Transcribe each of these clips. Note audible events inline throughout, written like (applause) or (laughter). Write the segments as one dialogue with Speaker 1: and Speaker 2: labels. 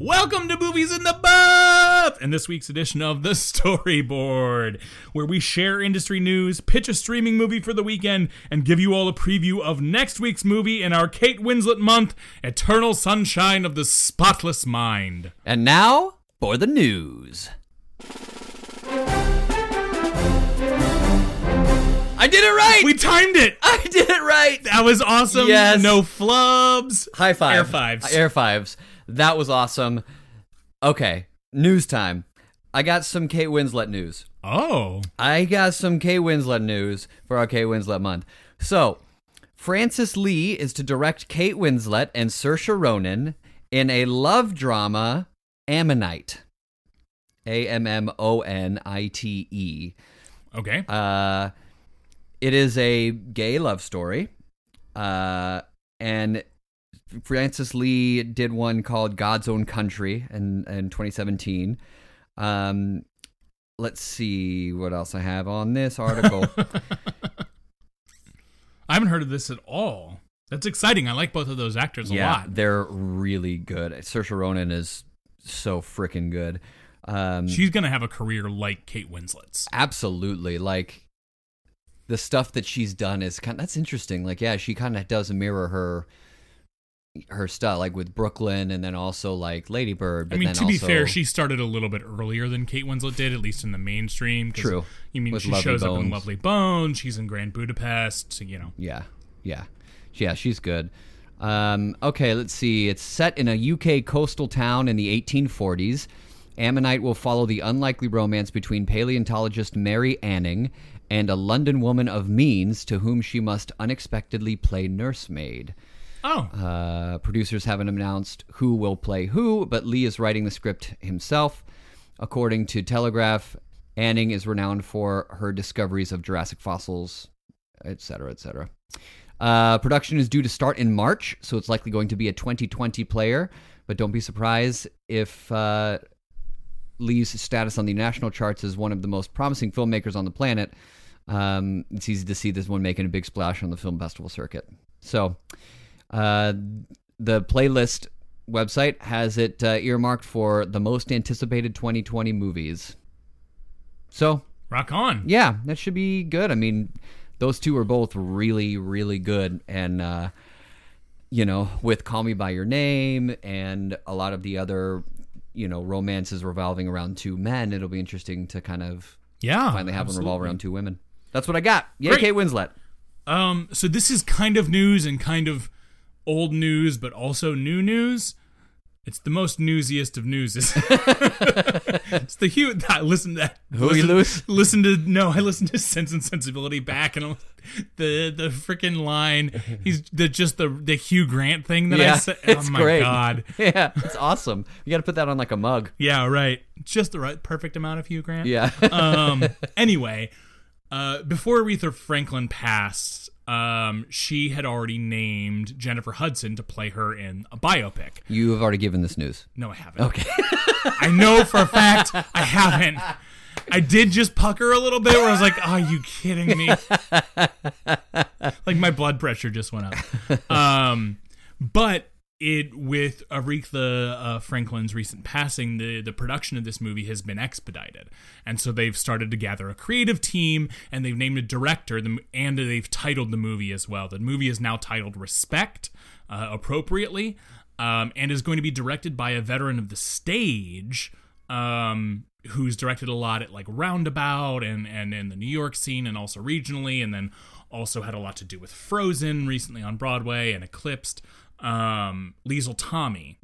Speaker 1: Welcome to Movies in the Buff! And this week's edition of The (laughs) Storyboard, where we share industry news, pitch a streaming movie for the weekend, and give you all a preview of next week's movie in our Kate Winslet month, Eternal Sunshine of the Spotless Mind.
Speaker 2: And now for the news. I did it right!
Speaker 1: We timed it!
Speaker 2: (laughs) I did it right!
Speaker 1: That was awesome.
Speaker 2: Yes.
Speaker 1: No flubs.
Speaker 2: High five.
Speaker 1: Air fives.
Speaker 2: Air fives. That was awesome. Okay, news time. I got some Kate Winslet news.
Speaker 1: Oh.
Speaker 2: I got some Kate Winslet news for our Kate Winslet month. So, Frances Lee is to direct Kate Winslet and Saoirse Ronan in a love drama, Ammonite. A M M O N I T E.
Speaker 1: Okay.
Speaker 2: Uh, it is a gay love story. Uh, and Francis Lee did one called God's Own Country in, in 2017. Um, let's see what else I have on this article.
Speaker 1: I haven't heard of this at all. That's exciting. I like both of those actors a lot.
Speaker 2: they're really good. Saoirse Ronan is so freaking good. Um,
Speaker 1: She's going to have a career like Kate Winslet's.
Speaker 2: absolutely like the stuff that she's done is kind that's interesting like yeah she kind of does mirror her her stuff like with brooklyn and then also like ladybird but
Speaker 1: I mean,
Speaker 2: then
Speaker 1: to be
Speaker 2: also-
Speaker 1: fair, she started a little bit earlier than Kate Winslet did, at least in the mainstream. 'cause,
Speaker 2: True.
Speaker 1: You mean
Speaker 2: With
Speaker 1: she
Speaker 2: Lovely
Speaker 1: shows up in
Speaker 2: Bones.
Speaker 1: Lovely Bones? She's in Grand Budapest. So, you know,
Speaker 2: yeah yeah yeah she's good um okay let's see it's set in a uk coastal town in the 1840s ammonite will follow the unlikely romance between paleontologist mary anning and a london woman of means to whom she must unexpectedly play nursemaid
Speaker 1: oh,
Speaker 2: Uh, producers haven't announced who will play who, but Lee is writing the script himself. According to Telegraph, Anning is renowned for her discoveries of Jurassic fossils, etc., etc. Uh, production is due to start in March, so it's likely going to be a 2020 player. But don't be surprised if uh, Lee's status on the national charts as one of the most promising filmmakers on the planet. Um, it's easy to see this one making a big splash on the film festival circuit. So, uh, the playlist website has it uh, earmarked for the most anticipated 2020 movies. So,
Speaker 1: rock on.
Speaker 2: yeah, that should be good. I mean, those two are both really, really good, and uh, you know, with "Call Me by Your Name" and a lot of the other, you know, romances revolving around two men, it'll be interesting to kind of
Speaker 1: Yeah.
Speaker 2: finally have
Speaker 1: absolutely.
Speaker 2: them revolve around two women. That's what I got. Yay,
Speaker 1: Great.
Speaker 2: Kate Winslet. (laughs)
Speaker 1: Um, so this is kind of news and kind of old news, but also new news. It's the most newsiest of news. (laughs) it's the huge. (laughs) I listened to that.
Speaker 2: Who you
Speaker 1: listen,
Speaker 2: lose?
Speaker 1: Listen to no. I listened to Sense and Sensibility back, and I'm, the the freaking line. He's the just the the Hugh Grant thing that I
Speaker 2: yeah,
Speaker 1: said.
Speaker 2: (laughs) it's
Speaker 1: oh my
Speaker 2: great.
Speaker 1: god.
Speaker 2: Yeah, it's awesome. You got to put that on like a mug.
Speaker 1: Yeah, right. Just the right perfect amount of Hugh Grant.
Speaker 2: Yeah. (laughs)
Speaker 1: um, (laughs) anyway, uh, before Aretha Franklin passed, um, she had already named Jennifer Hudson to play her in a biopic.
Speaker 2: You have already given this news.
Speaker 1: No, I haven't. Okay. (laughs) I know for a fact I haven't. I did just pucker a little bit where I was like, are you kidding me? like my blood pressure just went up. Um, but it with Aretha uh, Franklin's recent passing, the the production of this movie has been expedited, and so they've started to gather a creative team, and they've named a director, the m- and they've titled the movie as well. The movie is now titled Respect, uh, appropriately, um, and is going to be directed by a veteran of the stage. Um, who's directed a lot at like Roundabout and and in the New York scene and also regionally, and then also had a lot to do with Frozen recently on Broadway and Eclipsed. Um, Liesel Tommy,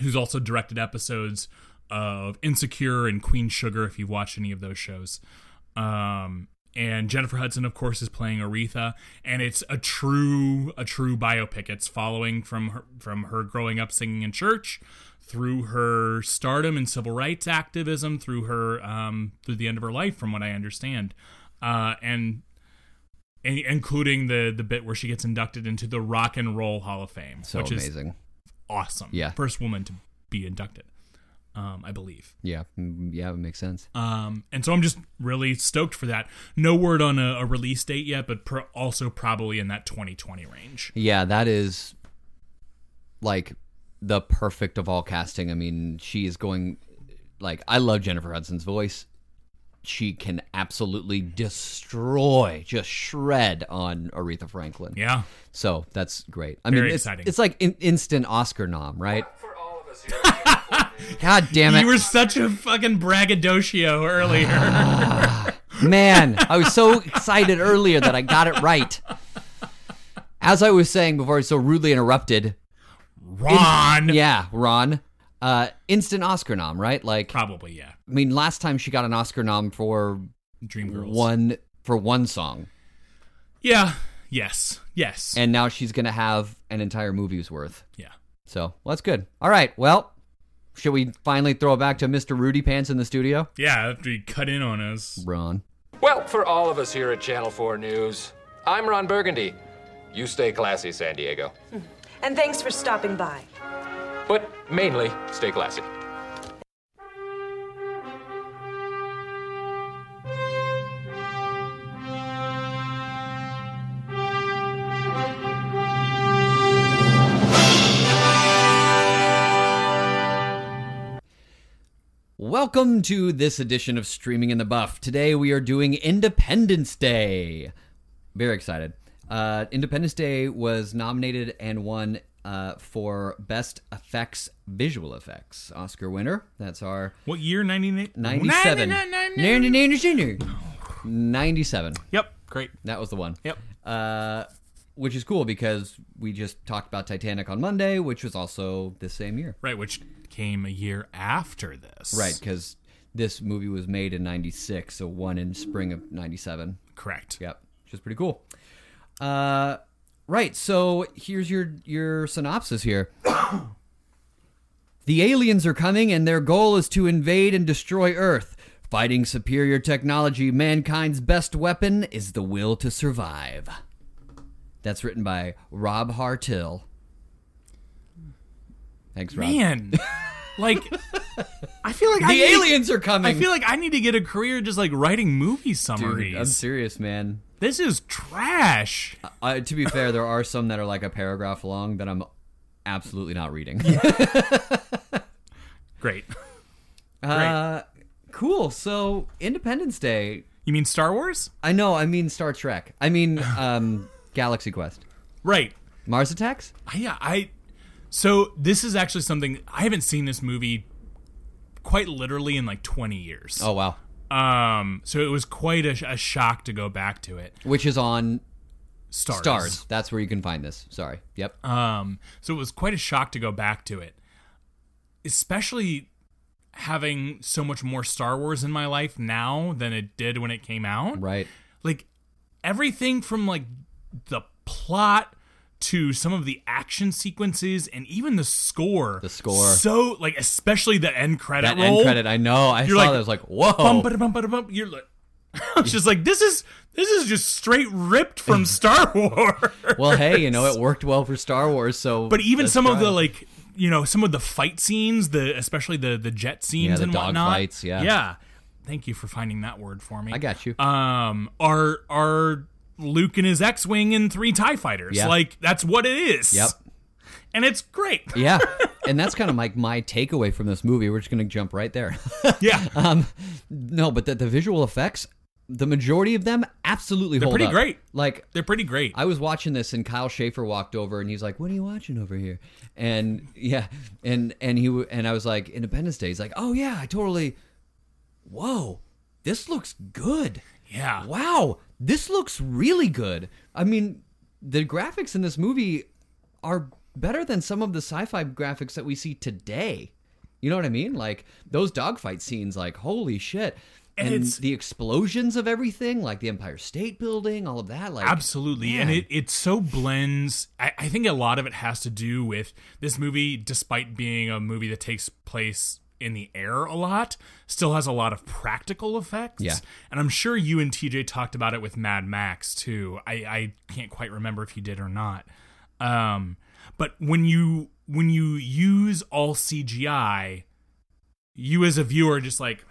Speaker 1: who's also directed episodes of Insecure and Queen Sugar, if you've watched any of those shows. Um, and Jennifer Hudson, of course, is playing Aretha, and it's a true a true biopic. It's following from her, from her growing up singing in church, through her stardom and civil rights activism, through her um, through the end of her life, from what I understand, uh, and. and- Including the the bit where she gets inducted into the Rock and Roll Hall of Fame,
Speaker 2: So
Speaker 1: which is
Speaker 2: amazing.
Speaker 1: awesome.
Speaker 2: Yeah.
Speaker 1: First woman to be inducted, um, I believe.
Speaker 2: Yeah, mm, yeah, it makes sense.
Speaker 1: Um, and so I'm just really stoked for that. No word on a, a release date yet, but pro- also probably in that 2020 range.
Speaker 2: Yeah, that is like the perfect of all casting. I mean, she is going like I love Jennifer Hudson's voice. She can absolutely destroy, just shred on Aretha Franklin.
Speaker 1: Yeah.
Speaker 2: So that's great. I
Speaker 1: Very
Speaker 2: mean, it's,
Speaker 1: exciting.
Speaker 2: it's like in, instant Oscar nom, right? (laughs) God damn it,
Speaker 1: You were such a fucking braggadocio
Speaker 2: (laughs)
Speaker 1: earlier.
Speaker 2: man! I was so excited earlier that I got it right. As I was saying before, I was so rudely interrupted.
Speaker 1: Ron.
Speaker 2: Yeah, Ron. Uh, instant Oscar nom, right? Like, I
Speaker 1: Probably, yeah.
Speaker 2: mean, last time she got an Oscar nom for
Speaker 1: Dreamgirls.
Speaker 2: one for one song,
Speaker 1: Yeah. Yes. Yes.
Speaker 2: and now she's gonna have an entire movie's worth.
Speaker 1: yeah.
Speaker 2: So well, that's good. All right. Well, should we finally throw it back to Mr. Rudy Pants in the studio?
Speaker 1: Yeah, after you cut in on us.
Speaker 2: Ron.
Speaker 3: Well, for all of us here at Channel 4 News, I'm Ron Burgundy. You stay classy, San Diego.
Speaker 4: And thanks for stopping by.
Speaker 3: But mainly, stay classy.
Speaker 2: Welcome to this edition of Streaming in the Buff. Today we are doing Independence Day. Very excited. Uh, Independence Day was nominated and won uh, for Best Effects Visual Effects Oscar winner. That's our
Speaker 1: What year? 98?
Speaker 2: 97.
Speaker 1: 99.
Speaker 2: 97.
Speaker 1: Yep. Great.
Speaker 2: That was the one.
Speaker 1: Yep.
Speaker 2: Uh, which is cool because we just talked about Titanic on Monday, which was also this same year.
Speaker 1: Right, which came a year after this.
Speaker 2: Right, because this movie was made in 96, so one in spring of 97.
Speaker 1: Correct.
Speaker 2: Yep, which is pretty cool. Uh, right, so here's your, your synopsis here. (coughs) the aliens are coming, and their goal is to invade and destroy Earth. Fighting superior technology, mankind's best weapon is the will to survive. That's written by Rob Hartill. Thanks, Rob. (laughs)
Speaker 1: Man. like, I feel like I
Speaker 2: The
Speaker 1: need-
Speaker 2: aliens are coming.
Speaker 1: I feel like I need to get a career just like writing movie summaries.
Speaker 2: Dude, I'm serious, man.
Speaker 1: this is trash.
Speaker 2: I, to be fair, there are some that are like a paragraph long that I'm absolutely not reading.
Speaker 1: Great.
Speaker 2: (laughs)
Speaker 1: (laughs)
Speaker 2: Uh, cool. So Independence Day.
Speaker 1: You mean Star Wars?
Speaker 2: I know. I mean Star Trek.
Speaker 1: (sighs)
Speaker 2: I mean um, Galaxy Quest.
Speaker 1: Right.
Speaker 2: Mars Attacks.
Speaker 1: I- Yeah, I. So this is actually something I haven't seen this movie quite literally in like 20 years.
Speaker 2: Oh wow.
Speaker 1: Um. So it was quite a, sh- a shock to go back to it.
Speaker 2: Which is on
Speaker 1: Stars.
Speaker 2: Stars. That's where you can find this. Sorry. Yep.
Speaker 1: Um. So it was quite a shock to go back to it, especially having so much more Star Wars in my life now than it did when it came out.
Speaker 2: right.
Speaker 1: like everything from like the plot to some of the action sequences and even the score. The
Speaker 2: score.
Speaker 1: So like especially the end credit
Speaker 2: That
Speaker 1: roll.
Speaker 2: end credit. I know. I
Speaker 1: You're
Speaker 2: saw
Speaker 1: like,
Speaker 2: that. I was like, whoa.
Speaker 1: Bum, bada, bum, bada, bum. You're (laughs) like it's just like this is this is just straight ripped
Speaker 2: (laughs)
Speaker 1: from Star Wars.
Speaker 2: well, hey,
Speaker 1: (laughs)
Speaker 2: you know, it worked well for Star Wars. So.
Speaker 1: but even
Speaker 2: let's
Speaker 1: some of
Speaker 2: try
Speaker 1: the
Speaker 2: it.
Speaker 1: like you know some of the fight scenes, the especially the the jet scenes
Speaker 2: the
Speaker 1: and
Speaker 2: dog
Speaker 1: whatnot.
Speaker 2: fights, yeah.
Speaker 1: Yeah. Thank you for finding that word for me.
Speaker 2: I got you.
Speaker 1: um are are Luke and his X-wing and three Tie fighters.
Speaker 2: Yeah.
Speaker 1: Like that's what it is.
Speaker 2: Yep.
Speaker 1: And it's great. (laughs)
Speaker 2: Yeah. And that's kind of like my takeaway from this movie. We're just gonna jump right there. (laughs)
Speaker 1: Yeah.
Speaker 2: Um, no, but the, the visual effects, the majority of them absolutely They're hold
Speaker 1: pretty
Speaker 2: up.
Speaker 1: great.
Speaker 2: Like
Speaker 1: They're pretty great.
Speaker 2: I was watching this, and Kyle Schaefer walked over, and he's like, "What are you watching over here?" And yeah, and and he w- and I was like, "Independence Day." He's like, "Oh yeah, I totally." Whoa, this looks good.
Speaker 1: yeah.
Speaker 2: Wow, this looks really good. I mean, the graphics in this movie are better than some of the sci-fi graphics that we see today. You know what I mean? Like those dogfight scenes, like holy shit. And,
Speaker 1: it's-
Speaker 2: the explosions of everything, like the Empire State Building, all of that, like
Speaker 1: Absolutely. And
Speaker 2: Man.
Speaker 1: it, it so blends. I, I think a lot of it has to do with this movie, despite being a movie that takes place in the air a lot, still has a lot of practical effects.
Speaker 2: Yeah.
Speaker 1: And I'm sure you and TJ talked about it with Mad Max too. I, I can't quite remember if you did or not. Um, but when you when you use all CGI, you as a viewer are just like,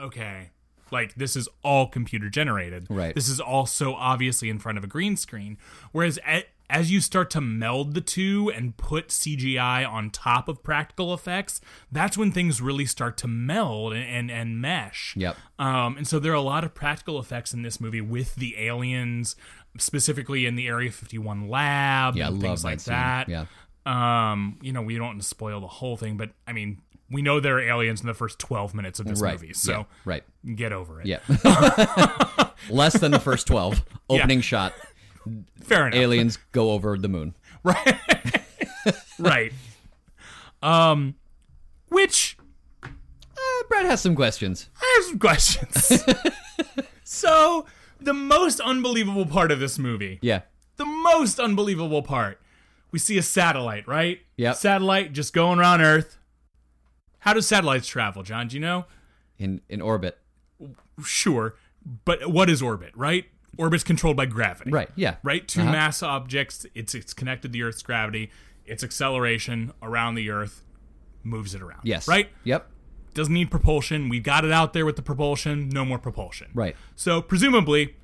Speaker 1: okay, like this is all computer generated.
Speaker 2: Right.
Speaker 1: This is all so obviously in front of a green screen. Whereas at, as you start to meld the two and put CGI on top of practical effects, that's when things really start to meld and, and, and mesh.
Speaker 2: Yep.
Speaker 1: Um, and so there are a lot of practical effects in this movie with the aliens, specifically in the Area 51 lab
Speaker 2: Yeah, I
Speaker 1: and
Speaker 2: love
Speaker 1: things
Speaker 2: that
Speaker 1: like
Speaker 2: scene.
Speaker 1: that.
Speaker 2: Yeah.
Speaker 1: Um, you know, we don't want to spoil the whole thing, but I mean, we know there are aliens in the first 12 minutes of this
Speaker 2: Right.
Speaker 1: movie. So
Speaker 2: Yeah, right.
Speaker 1: get over it.
Speaker 2: Yeah.
Speaker 1: (laughs)
Speaker 2: (laughs) Less than the first 12. Opening shot.
Speaker 1: Fair enough.
Speaker 2: Aliens go over the moon.
Speaker 1: (laughs)
Speaker 2: (laughs)
Speaker 1: right right um which
Speaker 2: Uh, Brad has some questions.
Speaker 1: i have some
Speaker 2: (laughs)
Speaker 1: questions so the most unbelievable part of this movie
Speaker 2: Yeah.
Speaker 1: the most unbelievable part we see a satellite right
Speaker 2: Yep.
Speaker 1: satellite just going around earth how do satellites travel john do you know
Speaker 2: In in orbit.
Speaker 1: sure but what is orbit right orbit's controlled by gravity
Speaker 2: Right. Uh-huh. Yeah.
Speaker 1: right? 2 mass objects. It's it's connected to the Earth's gravity. Its acceleration around the Earth moves it around.
Speaker 2: Yes.
Speaker 1: Right?
Speaker 2: Yep.
Speaker 1: Doesn't need propulsion. We got it out there with the propulsion. No more propulsion.
Speaker 2: Right.
Speaker 1: So presumably,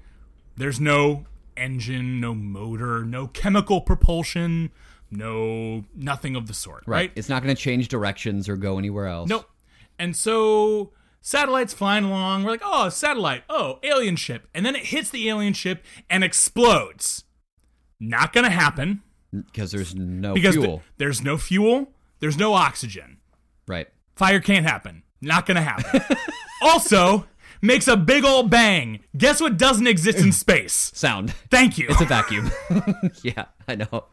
Speaker 1: there's no engine, no motor, no chemical propulsion, no nothing of the sort.
Speaker 2: Right.
Speaker 1: Right.
Speaker 2: It's not going to change directions or go anywhere else.
Speaker 1: Nope. And so satellites flying along. We're like, oh, satellite. Oh, alien ship. And then it hits the alien ship and explodes. Not gonna happen.
Speaker 2: Because there's no
Speaker 1: because th-
Speaker 2: fuel.
Speaker 1: there's no fuel, there's no oxygen.
Speaker 2: right.
Speaker 1: Fire can't happen. Not gonna happen.
Speaker 2: (laughs)
Speaker 1: also, makes a big old bang. Guess what doesn't exist in space?
Speaker 2: Sound. (laughs)
Speaker 1: Thank you.
Speaker 2: It's a vacuum. (laughs) yeah. I know.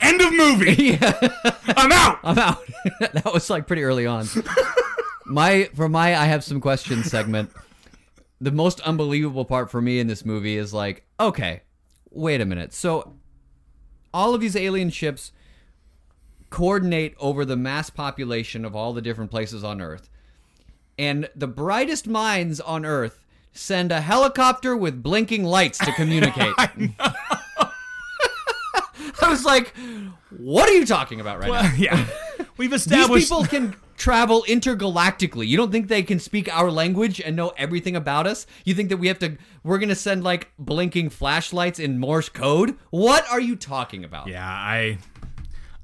Speaker 1: End of
Speaker 2: (laughs)
Speaker 1: movie. I'm out. (laughs)
Speaker 2: I'm out. (laughs) that was like pretty early on. my for my I have some questions segment. The most unbelievable part for me in this movie is like, okay, wait a minute. So all of these alien ships coordinate over the mass population of all the different places on Earth. And the brightest minds on Earth send a helicopter with blinking lights to communicate. I (laughs) was like, what are you talking about right now?
Speaker 1: Well, yeah, we've
Speaker 2: These
Speaker 1: established.
Speaker 2: people can travel intergalactically. You don't think they can speak our language and know everything about us? You think that we have to we're going to send like blinking flashlights in Morse code? What are you talking about?
Speaker 1: yeah, I,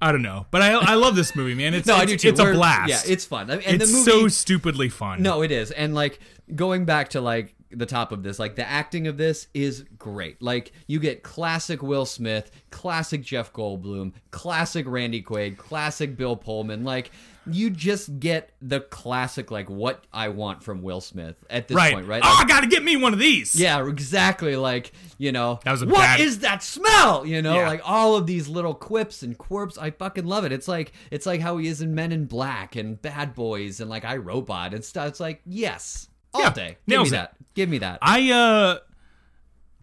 Speaker 1: I don't know, but I I love this movie, man. It's
Speaker 2: No,
Speaker 1: it's,
Speaker 2: I do too.
Speaker 1: it's
Speaker 2: We're-
Speaker 1: a blast.
Speaker 2: Yeah, it's fun. I mean, And
Speaker 1: it's
Speaker 2: the movie
Speaker 1: so stupidly fun.
Speaker 2: No, it is. And like going back to like the top of this, like the acting of this is great. Like you get classic Will Smith, classic Jeff Goldblum, classic Randy Quaid, classic Bill Pullman. Like you just get the classic like what I want from Will Smith at this
Speaker 1: right,
Speaker 2: point, right?
Speaker 1: Oh,
Speaker 2: Like,
Speaker 1: I gotta get me one of these.
Speaker 2: yeah, exactly. Like you know,
Speaker 1: That was a
Speaker 2: "What
Speaker 1: bad-
Speaker 2: is that smell? You know,
Speaker 1: Yeah.
Speaker 2: like all of these little quips and quirps. I fucking love it. It's like it's like how he is in Men in Black and Bad Boys and like I Robot and stuff. It's like yes, all
Speaker 1: Yeah,
Speaker 2: day. Give me
Speaker 1: nails it.
Speaker 2: that. Give me that.
Speaker 1: I uh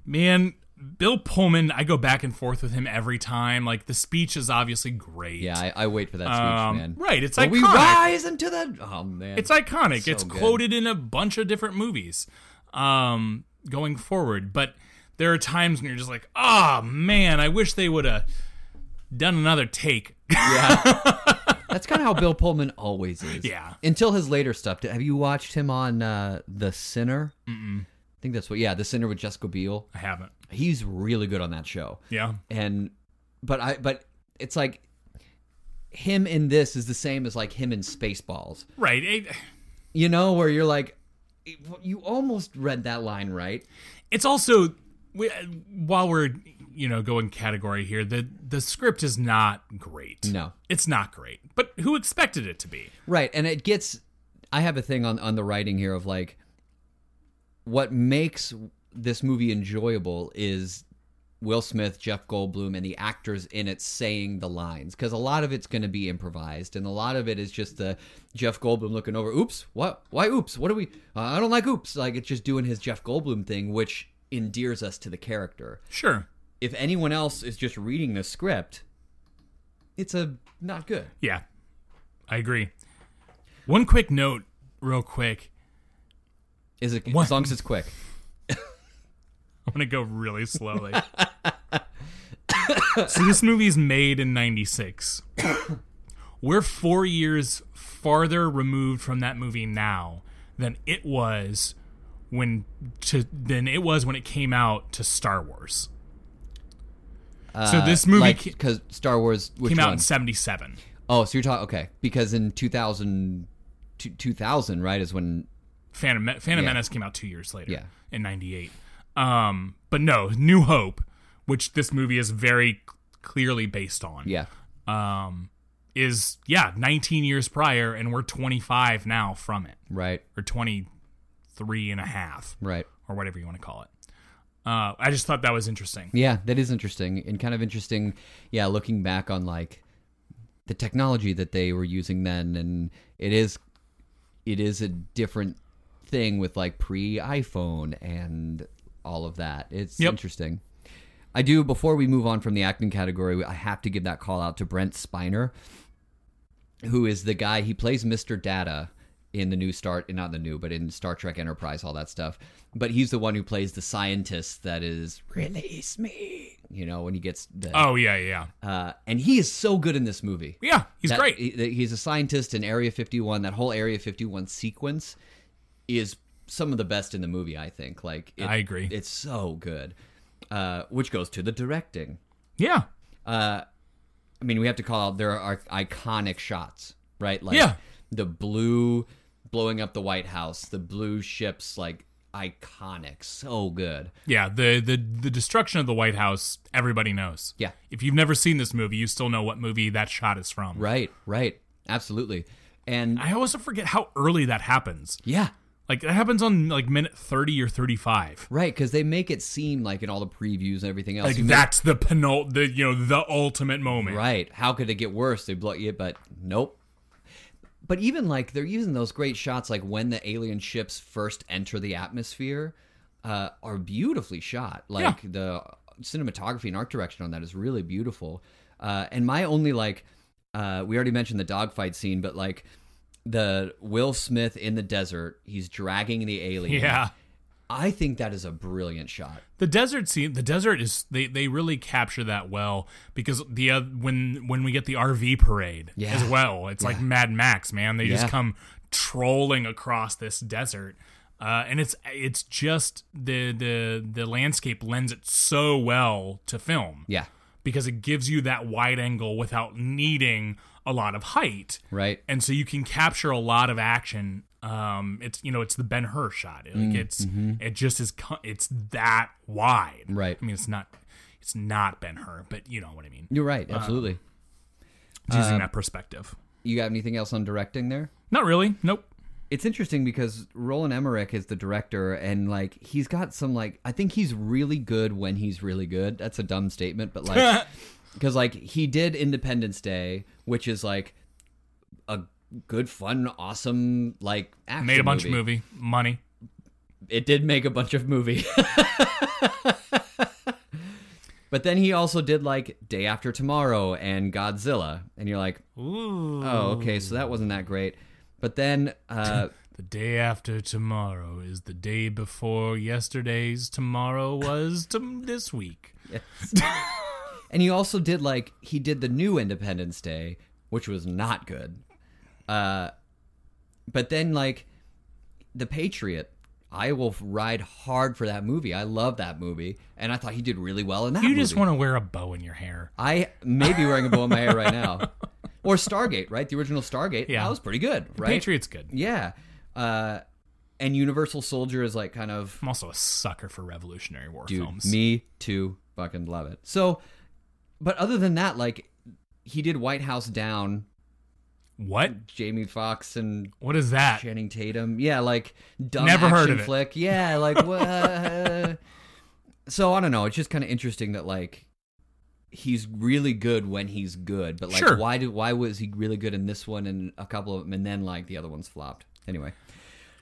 Speaker 1: man, Bill Pullman, I go back and forth with him every time. Like the speech is obviously great.
Speaker 2: yeah, I, I wait for that speech,
Speaker 1: Um,
Speaker 2: man.
Speaker 1: right, it's
Speaker 2: But we
Speaker 1: iconic.
Speaker 2: rise into the. Oh man,
Speaker 1: It's iconic. it's
Speaker 2: good.
Speaker 1: quoted in a bunch of different movies um going forward, but there are times when you're just like, "Ah, man, I wish they would have done another take."
Speaker 2: That's kind of how Bill Pullman
Speaker 1: (laughs)
Speaker 2: always is.
Speaker 1: Yeah.
Speaker 2: Until his later stuff. Have you watched him on uh, The Sinner? Mm-mm. I think that's what. Yeah, The Sinner with Jessica Biel.
Speaker 1: I haven't.
Speaker 2: he's really good on that show.
Speaker 1: Yeah.
Speaker 2: And but I but it's like him in this is the same as like him in Spaceballs.
Speaker 1: Right. It-
Speaker 2: You know, where you're like you almost read that line right.
Speaker 1: it's also we, while we're you know going category here the the script is not great
Speaker 2: No.
Speaker 1: it's not great but who expected it to be
Speaker 2: Right. And it gets I have a thing on on the writing here of like what makes this movie enjoyable is Will Smith, Jeff Goldblum, and the actors in it saying the lines because a lot of it's going to be improvised, and a lot of it is just the Jeff Goldblum looking over. Oops, what? Why? Oops, what are we? Uh, I don't like oops. Like it's just doing his Jeff Goldblum thing, which endears us to the character.
Speaker 1: sure
Speaker 2: If anyone else is just reading the script, it's a not good.
Speaker 1: yeah i agree one quick note real quick
Speaker 2: Is it
Speaker 1: What?
Speaker 2: as long as it's quick?
Speaker 1: i'm gonna go really
Speaker 2: (laughs)
Speaker 1: slowly so this movie's made in 96 we're four years farther removed from that movie now than it was when to than it was when it came out to star wars So this movie ca-
Speaker 2: because Star Wars which
Speaker 1: Came out
Speaker 2: Uh, one?
Speaker 1: in 77.
Speaker 2: oh, so you're talking okay because in 2000, two- 2000 right is when
Speaker 1: Phantom, Me- Phantom
Speaker 2: Yeah.
Speaker 1: Menace came out two years later
Speaker 2: Yeah.
Speaker 1: in 98. Um, but no, New Hope, which this movie is very c- clearly based on,
Speaker 2: yeah
Speaker 1: um, is, yeah, 19 years prior, and we're 25 now from it,
Speaker 2: right
Speaker 1: or 23 and a half,
Speaker 2: right
Speaker 1: or whatever you want to call it. Uh, I just thought that was interesting.
Speaker 2: yeah that is interesting and kind of interesting yeah looking back on like the technology that they were using then and it is it is a different thing with like pre iPhone and all of that. It's
Speaker 1: Yep.
Speaker 2: interesting. I do before we move on from the acting category, I have to give that call out to Brent Spiner, who is the guy he plays Mr. Data in the new Star not the new, but in Star Trek Enterprise, all that stuff. But he's the one who plays the scientist that is release me. You know, when he gets the
Speaker 1: Oh, yeah, yeah.
Speaker 2: uh, and he is so good in this movie.
Speaker 1: Yeah, he's
Speaker 2: That-
Speaker 1: great.
Speaker 2: he- he's a scientist in Area 51. That whole Area 51 sequence is some of the best in the movie, I think. Like, it-
Speaker 1: I agree.
Speaker 2: It's so good, uh, which goes to the directing.
Speaker 1: yeah.
Speaker 2: I mean, we have to call out there are iconic shots, right? Like
Speaker 1: Yeah.
Speaker 2: the blue blowing up the White House, the blue ships, like iconic, so good.
Speaker 1: Yeah, the, the the destruction of the White House, everybody knows.
Speaker 2: Yeah.
Speaker 1: If you've never seen this movie, you still know what movie that shot is from.
Speaker 2: Right, right, absolutely, and
Speaker 1: I also forget how early that happens.
Speaker 2: yeah,
Speaker 1: Like that happens on like minute 30 or 35.
Speaker 2: right, because they make it seem like in all the previews and everything else,
Speaker 1: Like
Speaker 2: you make-
Speaker 1: that's the penult the you know the ultimate moment.
Speaker 2: Right. How could it get worse? They blow you, but nope. But even like they're using those great shots, like when the alien ships first enter the atmosphere, uh, are beautifully shot. Like the cinematography and art direction on that is really beautiful. Uh, and my only like, uh, we already mentioned the dogfight scene, but like the Will Smith in the desert, he's dragging the alien.
Speaker 1: Yeah.
Speaker 2: I think that is a brilliant shot.
Speaker 1: The desert scene, the desert is they they really capture that well because the uh, when when we get the RV parade
Speaker 2: Yeah.
Speaker 1: as well, it's like Mad Max, man. They
Speaker 2: Yeah.
Speaker 1: just come trolling across this desert. Uh, and it's it's just the the the landscape lends it so well to film.
Speaker 2: Yeah.
Speaker 1: because it gives you that wide angle without needing a lot of height.
Speaker 2: Right.
Speaker 1: And so you can capture a lot of action. Um, it's you know it's the Ben Hur shot. Like
Speaker 2: Mm,
Speaker 1: it's it just is co- it's that wide.
Speaker 2: mm-hmm. Right.
Speaker 1: I mean it's not it's not Ben Hur, but you know what I mean.
Speaker 2: You're right. Absolutely.
Speaker 1: It's using that perspective.
Speaker 2: you got anything else on directing there?
Speaker 1: Not really. Nope.
Speaker 2: it's interesting because Roland Emmerich is the director, and like he's got some like I think he's really good when he's really good. That's a dumb statement, but like
Speaker 1: (laughs)
Speaker 2: because like he did Independence Day, which is like a good, fun, awesome like action
Speaker 1: Made a bunch of movie money.
Speaker 2: It did make a bunch of movie. (laughs) But then he also did like Day After Tomorrow and Godzilla, and you're like,
Speaker 1: Ooh.
Speaker 2: oh, okay, so that wasn't that great. But then
Speaker 1: (laughs)
Speaker 2: uh,
Speaker 1: The day after tomorrow is the day before yesterday's tomorrow was to this week.
Speaker 2: And he also did like he did the new Independence Day, which was not good. Uh, but then like the Patriot, I will ride hard for that movie. I love that movie, and I thought he did really well in that.
Speaker 1: You
Speaker 2: movie.
Speaker 1: just want to wear a bow in your hair.
Speaker 2: I may be wearing a bow in my hair right now, (laughs) or Stargate, right? The original Stargate,
Speaker 1: Yeah.
Speaker 2: that was pretty good, right?
Speaker 1: Patriot's good.
Speaker 2: yeah. Uh, and Universal Soldier is like kind of
Speaker 1: I'm also a sucker for Revolutionary War
Speaker 2: Dude,
Speaker 1: films.
Speaker 2: Me too. Fucking love it. So, but other than that, like he did White House Down,
Speaker 1: what?
Speaker 2: Jamie Foxx and
Speaker 1: What is that?
Speaker 2: Channing Tatum. Yeah, like dumb
Speaker 1: Never
Speaker 2: action
Speaker 1: heard of it.
Speaker 2: flick. Yeah, like what? (laughs) so I don't know. It's just kind of interesting that like he's really good when he's good, but like
Speaker 1: Sure.
Speaker 2: why did why was he really good in this one and a couple of them, and then like the other ones flopped. Anyway,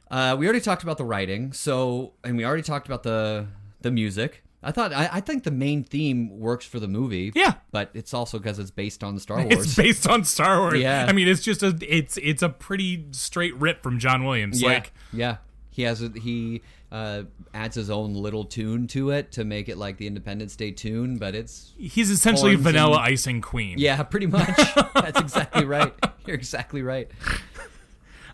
Speaker 2: uh, we already talked about the writing, so and we already talked about the the music. I thought I, I think the main theme works for the movie.
Speaker 1: Yeah.
Speaker 2: but it's also because it's based on Star Wars.
Speaker 1: (laughs) It's based on Star Wars.
Speaker 2: Yeah.
Speaker 1: I mean, it's just a it's it's a pretty straight rip from John Williams.
Speaker 2: yeah.
Speaker 1: Like
Speaker 2: yeah he has a, he uh, adds his own little tune to it to make it like the independence day tune but it's
Speaker 1: he's essentially
Speaker 2: Horns and-
Speaker 1: vanilla icing queen.
Speaker 2: yeah pretty much that's exactly right you're exactly right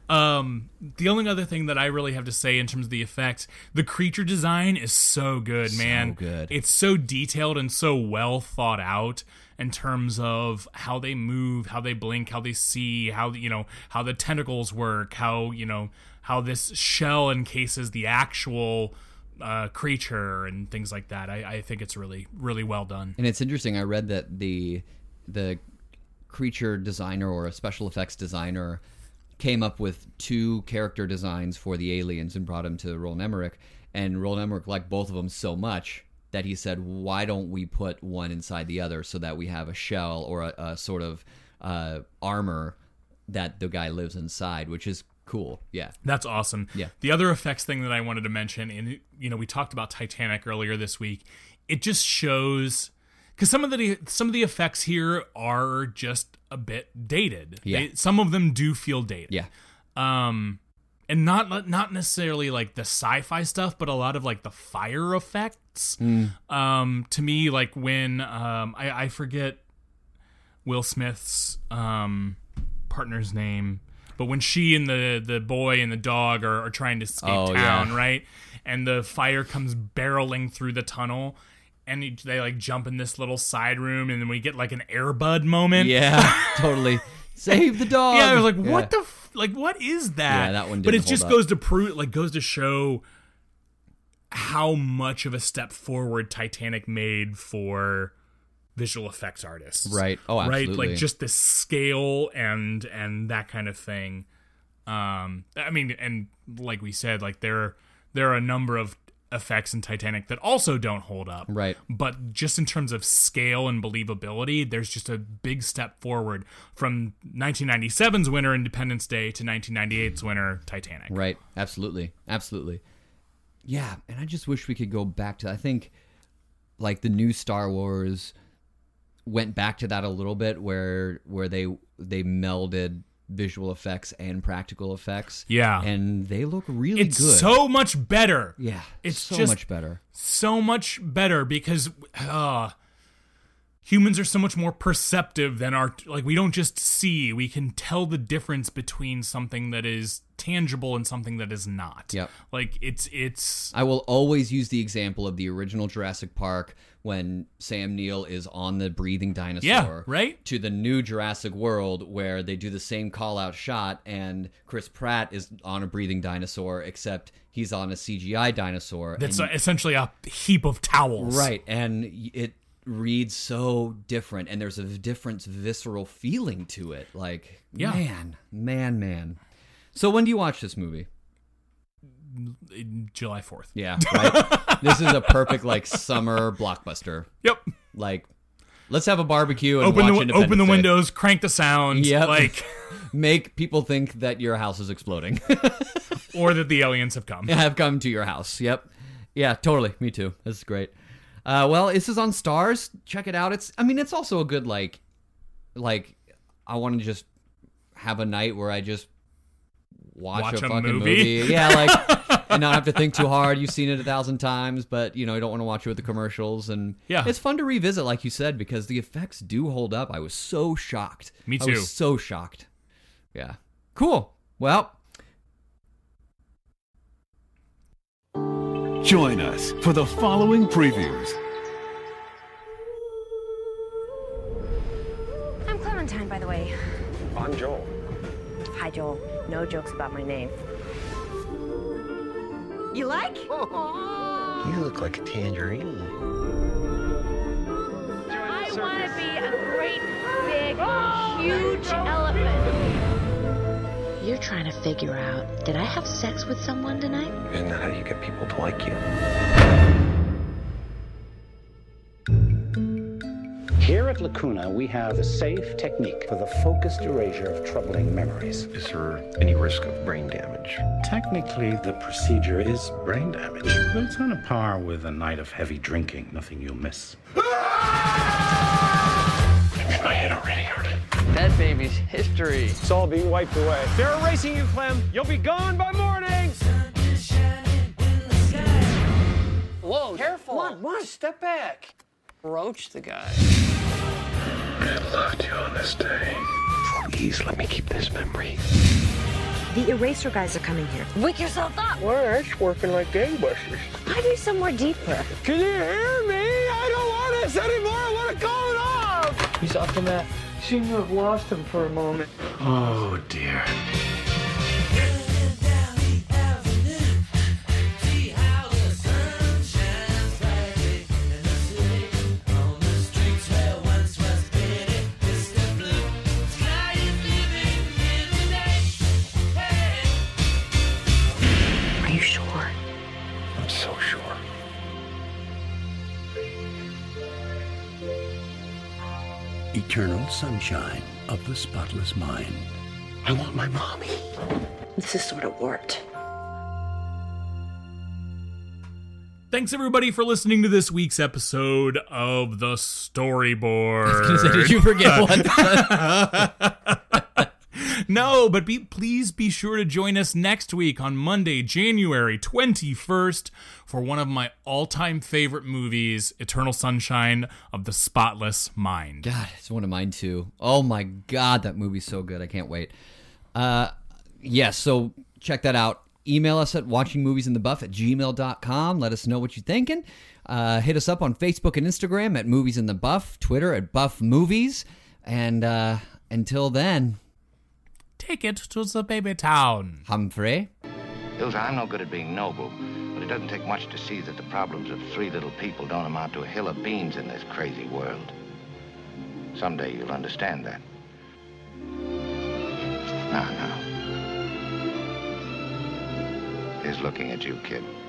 Speaker 1: Um, the only other thing that I really have to say in terms of the effects, the creature design is so good, man.
Speaker 2: good.
Speaker 1: It's so detailed and so well thought out in terms of how they move, how they blink, how they see, how you know how the tentacles work, how you know how this shell encases the actual uh, creature and things like that. I, I think it's really really well done.
Speaker 2: And it's interesting. I read that the the creature designer or a special effects designer came up with two character designs for the aliens and brought them to Roland Emmerich. And Roland Emmerich liked both of them so much that he said, "Why don't we put one inside the other so that we have a shell or a, a sort of uh, armor that the guy lives inside?" Which is cool. Yeah.
Speaker 1: That's awesome.
Speaker 2: Yeah.
Speaker 1: The other effects thing that I wanted to mention, and you know, we talked about Titanic earlier this week. It just shows because some of the some of the effects here are just a bit dated.
Speaker 2: Yeah.
Speaker 1: They- some of them do feel dated. (laughs)
Speaker 2: Yeah.
Speaker 1: Um, and not not necessarily like the sci-fi stuff, but a lot of like the fire effects.
Speaker 2: Hmm.
Speaker 1: Um, to me, like when um, I I forget Will Smith's um partner's name, but when she and the the boy and the dog are, are trying to escape
Speaker 2: Oh,
Speaker 1: town,
Speaker 2: yeah.
Speaker 1: right? And the fire comes barreling through the tunnel. And he- they like jump in this little side room, and then we get like an airbud moment.
Speaker 2: Yeah. (laughs) totally. Save the dog.
Speaker 1: Yeah, I was like,
Speaker 2: Yeah.
Speaker 1: what the f- like, what is that?
Speaker 2: Yeah, that one
Speaker 1: But
Speaker 2: didn't
Speaker 1: it just
Speaker 2: hold up.
Speaker 1: goes to prove, like, goes to show how much of a step forward Titanic made for visual effects artists,
Speaker 2: Right. Oh,
Speaker 1: right,
Speaker 2: absolutely.
Speaker 1: like just the scale and and that kind of thing. Um, I mean, and like we said, like there there are a number of effects in Titanic that also don't hold up,
Speaker 2: Right.
Speaker 1: but just in terms of scale and believability, there's just a big step forward from 1997's winner Independence Day to 1998's winner Titanic.
Speaker 2: Right. Absolutely. Absolutely. Yeah, and I just wish we could go back to I think like the new Star Wars went back to that a little bit where where they they melded visual effects and practical effects.
Speaker 1: Yeah.
Speaker 2: And they look really
Speaker 1: It's
Speaker 2: good.
Speaker 1: so much better.
Speaker 2: yeah.
Speaker 1: it's
Speaker 2: so
Speaker 1: just-
Speaker 2: much better.
Speaker 1: So much better because uh, humans are so much more perceptive than our like we don't just see, we can tell the difference between something that is tangible and something that is not.
Speaker 2: Yep.
Speaker 1: Like it's it's
Speaker 2: I will always use the example of the original Jurassic Park when Sam Neill is on the breathing dinosaur.
Speaker 1: Yeah, right?
Speaker 2: To the new Jurassic World where they do the same call out shot and Chris Pratt is on a breathing dinosaur, except he's on a CGI dinosaur.
Speaker 1: that's
Speaker 2: and,
Speaker 1: essentially a heap of towels.
Speaker 2: right. And y- it reads so different and there's a different visceral feeling to it. Like,
Speaker 1: Yeah.
Speaker 2: man, man, man. So when do you watch this movie?
Speaker 1: In July 4th.
Speaker 2: Yeah, right. (laughs) this is a perfect like summer blockbuster.
Speaker 1: Yep.
Speaker 2: like let's have a barbecue and
Speaker 1: open
Speaker 2: watch
Speaker 1: the open the
Speaker 2: Independence Day.
Speaker 1: windows, crank the sound,
Speaker 2: Yep.
Speaker 1: like (laughs)
Speaker 2: make people think that your house is exploding (laughs)
Speaker 1: or that the aliens have come.
Speaker 2: have come to your house yep yeah totally me too this is great uh, well this is on stars check it out it's i mean it's also a good like like i want to just have a night where i just watch,
Speaker 1: Watch
Speaker 2: a,
Speaker 1: a
Speaker 2: fucking
Speaker 1: movie. (laughs)
Speaker 2: yeah like and not have to think too hard you've seen it a thousand times but you know you don't want to watch it with the commercials and
Speaker 1: Yeah.
Speaker 2: it's fun to revisit like you said because the effects do hold up i was so shocked
Speaker 1: Me
Speaker 2: I
Speaker 1: too.
Speaker 2: was so shocked yeah cool well (laughs)
Speaker 5: Join us for the following previews.
Speaker 4: I'm Clementine, by the way.
Speaker 6: I'm Joel.
Speaker 4: Hi, Joel. No jokes about my name. You like?
Speaker 6: You look like a tangerine.
Speaker 7: I want to be a great, big, huge elephant.
Speaker 8: You're trying to figure out did I have sex with someone tonight?
Speaker 6: Isn't that how you get people to like you?
Speaker 9: Here at Lacuna, we have the safe technique for the focused erasure of troubling memories.
Speaker 6: Is there any risk of brain damage?
Speaker 9: Technically, the procedure is brain damage, but it's on a par with a night of heavy drinking. Nothing you'll miss.
Speaker 6: My head already hurting.
Speaker 10: That baby's history.
Speaker 11: It's all being wiped away. They're erasing you, Clem. You'll be gone by morning.
Speaker 10: Whoa, careful.
Speaker 6: Come on, step back.
Speaker 10: Roach the guy.
Speaker 6: I loved you on this day. Please let me keep this memory.
Speaker 8: The eraser guys are coming here.
Speaker 4: Wake yourself up.
Speaker 6: Why it's working like gangbusters?
Speaker 4: Why do you somewhere deeper?
Speaker 6: Can you hear me? I don't want this anymore. I want to call it off.
Speaker 10: He's up in that. Seemed to have lost him for a moment.
Speaker 9: Oh dear.
Speaker 8: Are you sure?
Speaker 6: I'm so sure.
Speaker 12: Eternal sunshine of the spotless mind.
Speaker 6: I want my mommy.
Speaker 8: This is sort of warped.
Speaker 1: Thanks everybody for listening to this week's episode of the
Speaker 13: (laughs)
Speaker 1: Storyboard.
Speaker 13: I was gonna say, did you
Speaker 1: (laughs)
Speaker 13: forget
Speaker 1: one? no, but be please be sure to join us next week on Monday, January twenty first, for one of my all time favorite movies, Eternal Sunshine of the Spotless Mind.
Speaker 2: God, it's one of mine too. Oh my God, that movie's so good. I can't wait. Uh, yes, so check that out. Email us at watchingmoviesinthebuff at gmail.com. Let us know what you're thinking. Uh, hit us up on Facebook and Instagram at Movies in the Buff, Twitter at Buff Movies. And uh, until then,
Speaker 1: Take it to the baby town.
Speaker 2: Humphrey.
Speaker 14: Ilza, I'm no good at being noble, but it doesn't take much to see that the problems of three little people don't amount to a hill of beans in this crazy world. Someday you'll understand that. Now, now. Here's looking at you, kid.